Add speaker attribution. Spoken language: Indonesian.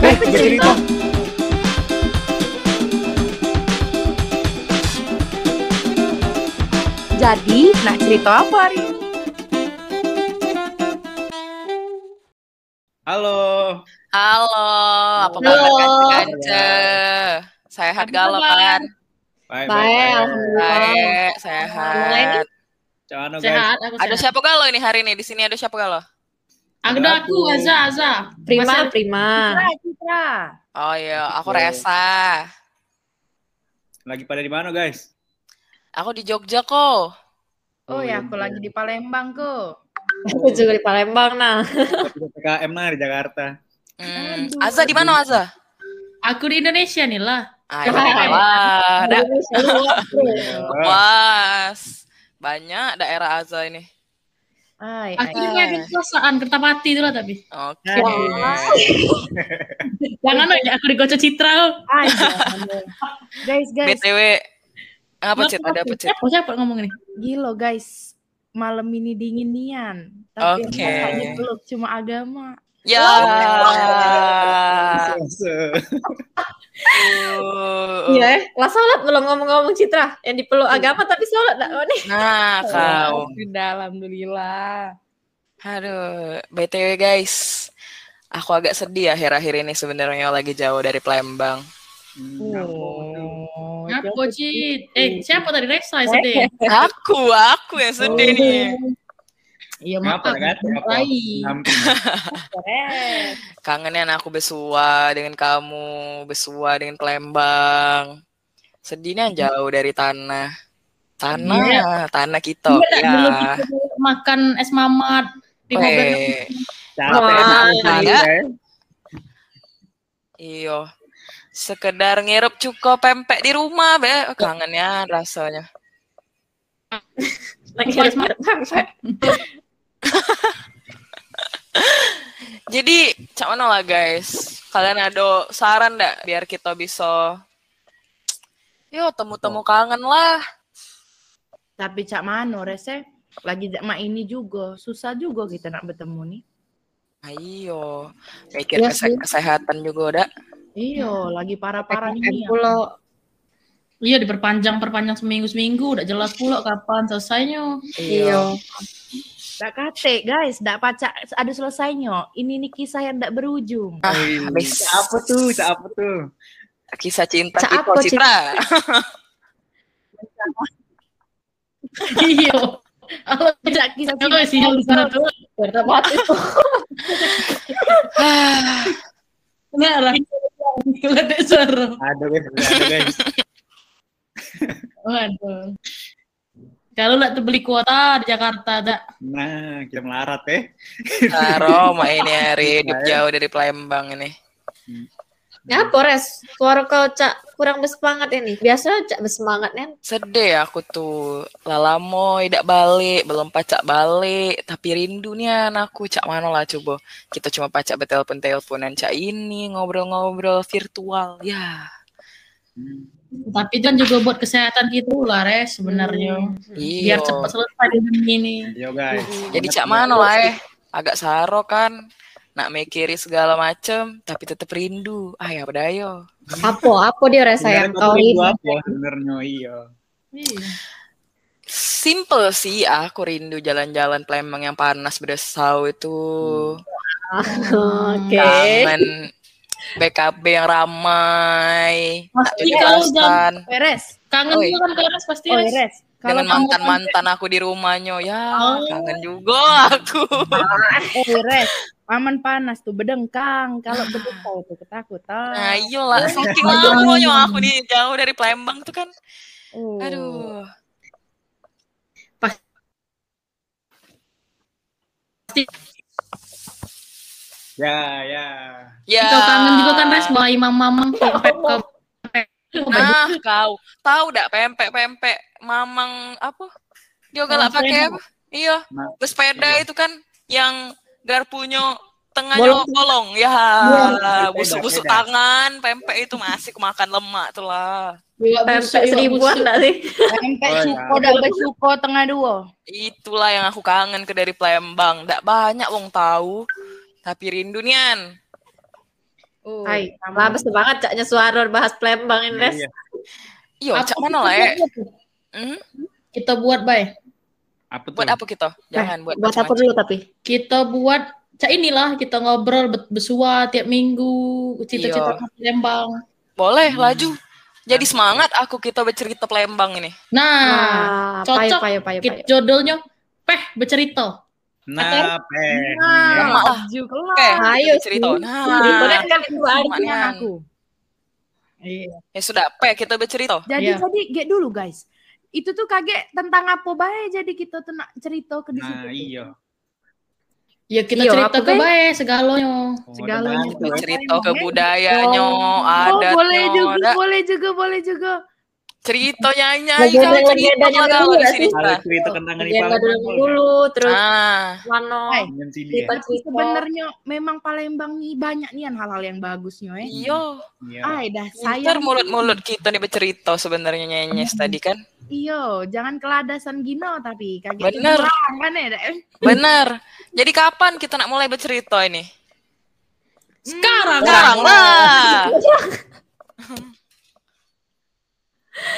Speaker 1: bercerita.
Speaker 2: Jadi,
Speaker 3: nah,
Speaker 2: nak cerita apa hari ini?
Speaker 1: Halo.
Speaker 4: Halo, apa
Speaker 2: Halo. Iya.
Speaker 4: kabar Kance? Sehat
Speaker 2: Apa
Speaker 4: galau
Speaker 2: kabar?
Speaker 4: kan?
Speaker 1: Baik,
Speaker 2: Baik, alhamdulillah.
Speaker 4: Baik,
Speaker 2: Mulai
Speaker 4: sehat.
Speaker 1: Cano guys.
Speaker 5: Sehat, aku
Speaker 4: Ada
Speaker 5: sehat.
Speaker 4: siapa galau ini hari ini? Di sini ada siapa galau?
Speaker 5: Ada aku,
Speaker 1: Aku.
Speaker 5: Aza, Aza.
Speaker 2: Prima,
Speaker 5: Masih-
Speaker 2: prima.
Speaker 3: Citra.
Speaker 4: Oh iya, aku
Speaker 1: Oke.
Speaker 4: Resa.
Speaker 1: Lagi pada di mana guys?
Speaker 4: Aku di Jogja kok.
Speaker 3: Oh ya, aku lagi di Palembang kok.
Speaker 2: Aku juga di Palembang, nah.
Speaker 1: PKM nah di Jakarta.
Speaker 4: Hmm.
Speaker 3: Aduh.
Speaker 4: Azza di mana Azza?
Speaker 5: Aku di Indonesia nih lah.
Speaker 4: Ah,
Speaker 2: Wah.
Speaker 4: iya, Wah, da-
Speaker 1: Wah.
Speaker 4: luas. Banyak daerah Azza ini.
Speaker 3: Hai,
Speaker 5: Aku
Speaker 3: hai.
Speaker 5: ini lagi perasaan kertapati itu lah tapi.
Speaker 4: Oke.
Speaker 1: Wah.
Speaker 5: Jangan loh, ya, aku digocok Citra. oh.
Speaker 3: Hai, guys, guys,
Speaker 4: BTW apa cit? Ada apa cit?
Speaker 5: Siapa, siapa ngomong ini?
Speaker 3: gilo guys. Malam ini dingin nian, tapi
Speaker 4: Oke.
Speaker 3: rasanya peluk cuma agama.
Speaker 4: Ya.
Speaker 1: Iya,
Speaker 4: Aduh.
Speaker 2: Iya, eh. lah sholat belum ngomong-ngomong Citra yang dipeluk
Speaker 3: Iya.
Speaker 2: agama tapi sholat dak oh, nih.
Speaker 4: Nah, kau.
Speaker 3: Sudah, alhamdulillah.
Speaker 4: Aduh, BTW guys. Aku agak sedih akhir-akhir ini sebenarnya lagi jauh dari Palembang.
Speaker 3: Oh,
Speaker 5: Apa, Cit? Eh, siapa tadi? Resa ya, sedih.
Speaker 4: Aku, aku yang sedih
Speaker 5: Oh.
Speaker 4: nih.
Speaker 5: Iya,
Speaker 1: Ngapa
Speaker 5: maaf.
Speaker 1: kan? Ngapa?
Speaker 5: Lain.
Speaker 1: Hampir.
Speaker 3: eh.
Speaker 2: Keren.
Speaker 4: Kangennya anak aku besua dengan kamu, besua dengan Palembang. Sedihnya
Speaker 5: Hmm.
Speaker 4: jauh dari tanah. Tanah, tanah kita.
Speaker 5: Iya, tak dulu
Speaker 4: Ya.
Speaker 5: kita makan es mamat di mobil.
Speaker 4: Weh,
Speaker 1: Capek.
Speaker 2: Wah.
Speaker 1: nah,
Speaker 4: Enggak.
Speaker 1: guys.
Speaker 4: iyo. Sekedar ngirup cuko pempek di rumah, be. Kangennya rasanya.
Speaker 2: Lagi harus sampai.
Speaker 4: Jadi, cak mana lah guys? Kalian ada saran ndak biar kita bisa Yo, temu-temu kangen lah.
Speaker 3: Tapi Cak Mano, Rese, lagi mak ini juga, susah juga kita nak bertemu nih.
Speaker 4: Ayo, mikir
Speaker 3: Iya
Speaker 4: kese-
Speaker 3: sih.
Speaker 4: kesehatan juga, Dak.
Speaker 3: Iyo, lagi parah-parah
Speaker 2: Parahnya
Speaker 3: nih.
Speaker 2: pulau.
Speaker 5: Iya, diperpanjang-perpanjang seminggu-seminggu. Udah jelas pula kapan selesainya.
Speaker 2: Iya.
Speaker 3: Dak kate, guys, dak pacak ada selesainya. Ini nih kisah yang dak berujung.
Speaker 4: habis.
Speaker 1: Cak apa tuh? Cak apa tuh?
Speaker 4: Kisah cinta
Speaker 2: Cak
Speaker 4: kita,
Speaker 2: apa,
Speaker 4: Citra.
Speaker 5: Iya. Halo, Citra.
Speaker 3: Tidak kisah
Speaker 5: Halo, sih. Halo,
Speaker 3: cinta.
Speaker 5: Citra.
Speaker 2: Berdebat itu.
Speaker 5: Nah, lah. Keledek seru.
Speaker 1: Ada guys, ada guys.
Speaker 5: Waduh. Kalau lah tuh beli kuota di Jakarta, ada.
Speaker 1: Nah, kita melarat eh.
Speaker 4: Taro ini hari hidup jauh dari Palembang ini.
Speaker 2: Ya, Pores. Suara kau cak kurang bersemangat ini. Biasa cak bersemangat nen.
Speaker 4: Sedih ya aku tuh. Lalamo tidak balik, belum pacak balik, tapi rindu nih anakku. Cak mana lah coba. Kita cuma pacak bertelepon-teleponan cak ini, ngobrol-ngobrol virtual. Ya.
Speaker 5: Tapi itu kan juga buat kesehatan kita lah, Res, sebenarnya.
Speaker 4: Iya.
Speaker 5: Biar cepat selesai pandemi ini.
Speaker 1: Yo guys.
Speaker 4: Jadi cak mano lah eh. Agak saro kan. Nak mikiri segala macem, tapi tetap rindu. Ah ya berdaya.
Speaker 2: Apa? Apa dia Res
Speaker 1: Sebenarnya
Speaker 2: sayang
Speaker 1: kau
Speaker 2: kau
Speaker 1: rindu
Speaker 2: ini?
Speaker 1: apa sebenarnya? Iya.
Speaker 5: Iya.
Speaker 4: Simple sih, ah, aku rindu jalan-jalan Palembang yang panas berdesau itu. Hmm.
Speaker 2: Oke.
Speaker 4: Kangen BKB yang ramai. tak
Speaker 5: Pasti
Speaker 4: ada
Speaker 5: kalau
Speaker 4: alasan.
Speaker 3: Beres.
Speaker 5: Kangen
Speaker 4: Oi.
Speaker 5: juga kan ke Res, pasti
Speaker 3: Oh,
Speaker 5: Res.
Speaker 3: beres. Kalau
Speaker 4: Dengan
Speaker 5: kamu kan-
Speaker 4: mantan-mantan aku di rumahnya. Ya,
Speaker 5: Oh.
Speaker 4: kangen juga aku.
Speaker 3: eh, beres. Aman panas tuh bedengkang. Kalau bedengkang tuh ketakutan.
Speaker 4: Nah, iyalah. Saking lamanya aku di jauh dari Palembang tuh kan.
Speaker 3: Oh.
Speaker 4: Aduh.
Speaker 1: Ya, ya.
Speaker 4: Ya. Iya,
Speaker 5: Kau kangen juga kan, Res, mulai mamam pempek kau.
Speaker 4: Nah, kau tahu enggak pempek-pempek mamang apa? Dia galak
Speaker 5: Mamang
Speaker 4: pakai apa? Iya,
Speaker 1: Ma-
Speaker 4: bersepeda
Speaker 1: iya.
Speaker 4: itu kan yang garpunya tengahnya bolong, ya busuk-busuk
Speaker 1: Sepeda.
Speaker 4: tangan pempek itu masih kemakan lemak tuh lah
Speaker 2: Pempek seribuan enggak sih?
Speaker 3: Lempek
Speaker 1: Oh, ya.
Speaker 3: suko dan bersuko tengah dua.
Speaker 4: itulah yang aku kangen ke dari Palembang ndak banyak wong tahu tapi rindu nian
Speaker 2: Uh,
Speaker 3: Hai, sama.
Speaker 2: labes banget caknya suara bahas Palembang ini, Res.
Speaker 1: Iya.
Speaker 4: Iyo,
Speaker 5: Apa
Speaker 4: cak mana
Speaker 5: kita
Speaker 4: lah ya?
Speaker 5: buat? Kita buat baik.
Speaker 1: Apa tuh?
Speaker 4: Buat apa kita? Jangan buat,
Speaker 2: buat apa
Speaker 4: macam-macam.
Speaker 2: dulu tapi?
Speaker 5: Kita buat cak inilah kita ngobrol bet- besua tiap minggu cita-cita
Speaker 4: Iya.
Speaker 5: Palembang.
Speaker 4: Boleh,
Speaker 1: Hmm.
Speaker 4: laju. Jadi
Speaker 1: Nah,
Speaker 4: semangat
Speaker 1: iya.
Speaker 4: aku kita bercerita Palembang ini.
Speaker 5: Nah,
Speaker 2: Ah,
Speaker 5: cocok.
Speaker 2: Payo, payo, payo,
Speaker 5: kita
Speaker 2: payo.
Speaker 5: judulnya Peh bercerita.
Speaker 1: Nah, peh. iya.
Speaker 3: Nah,
Speaker 4: Mak lah.
Speaker 3: maju
Speaker 4: Oke,
Speaker 3: kelar.
Speaker 2: Ayo
Speaker 4: cerita.
Speaker 2: sih.
Speaker 4: Nah,
Speaker 2: kan itu
Speaker 4: Semangat.
Speaker 3: Ini
Speaker 4: Manan.
Speaker 3: aku.
Speaker 5: Iya.
Speaker 4: ya sudah, P kita bercerita.
Speaker 3: Jadi
Speaker 5: Iya.
Speaker 3: jadi get dulu guys. Itu tuh kaget tentang apa bae jadi kita tuh nak cerita ke di situ.
Speaker 1: Nah, iya.
Speaker 5: Ya kita
Speaker 2: Iya,
Speaker 5: cerita
Speaker 2: apa,
Speaker 5: ke
Speaker 2: Pe?
Speaker 5: baik segalanya.
Speaker 1: Oh,
Speaker 3: Segala
Speaker 1: ada
Speaker 3: yang
Speaker 1: banyak tuh, eh.
Speaker 4: Bercerita ke budayanya,
Speaker 3: Oh,
Speaker 4: adatnya,
Speaker 3: boleh juga,
Speaker 4: ada
Speaker 3: boleh juga, boleh juga.
Speaker 4: cerita nyanyi kalau
Speaker 2: Legenda-
Speaker 4: cerita
Speaker 2: legendanya
Speaker 4: kalau
Speaker 2: dulu
Speaker 4: di
Speaker 2: nggak
Speaker 4: sini.
Speaker 2: sih?
Speaker 4: Sarah.
Speaker 1: Harus cerita tentang
Speaker 2: Yang
Speaker 1: Nipah.
Speaker 2: dulu dulu terus
Speaker 4: Nah,
Speaker 2: Mano.
Speaker 3: Hai.
Speaker 1: Dengan sini ya.
Speaker 2: Lipat
Speaker 3: Tapi sebenarnya memang Palembang nih banyak nih yang hal-hal yang bagusnya ya.
Speaker 4: iyo,
Speaker 1: Iya.
Speaker 3: Ay, dah
Speaker 4: pinter
Speaker 3: sayang.
Speaker 4: mulut-mulut kita nih bercerita sebenarnya nyanyi tadi kan.
Speaker 3: Iyo, jangan keladasan gino tapi kaget.
Speaker 4: Bener.
Speaker 3: hilang Kan ya, Dek?
Speaker 4: Benar. Jadi kapan kita nak mulai bercerita ini?
Speaker 5: Sekarang.
Speaker 4: Sekarang lah.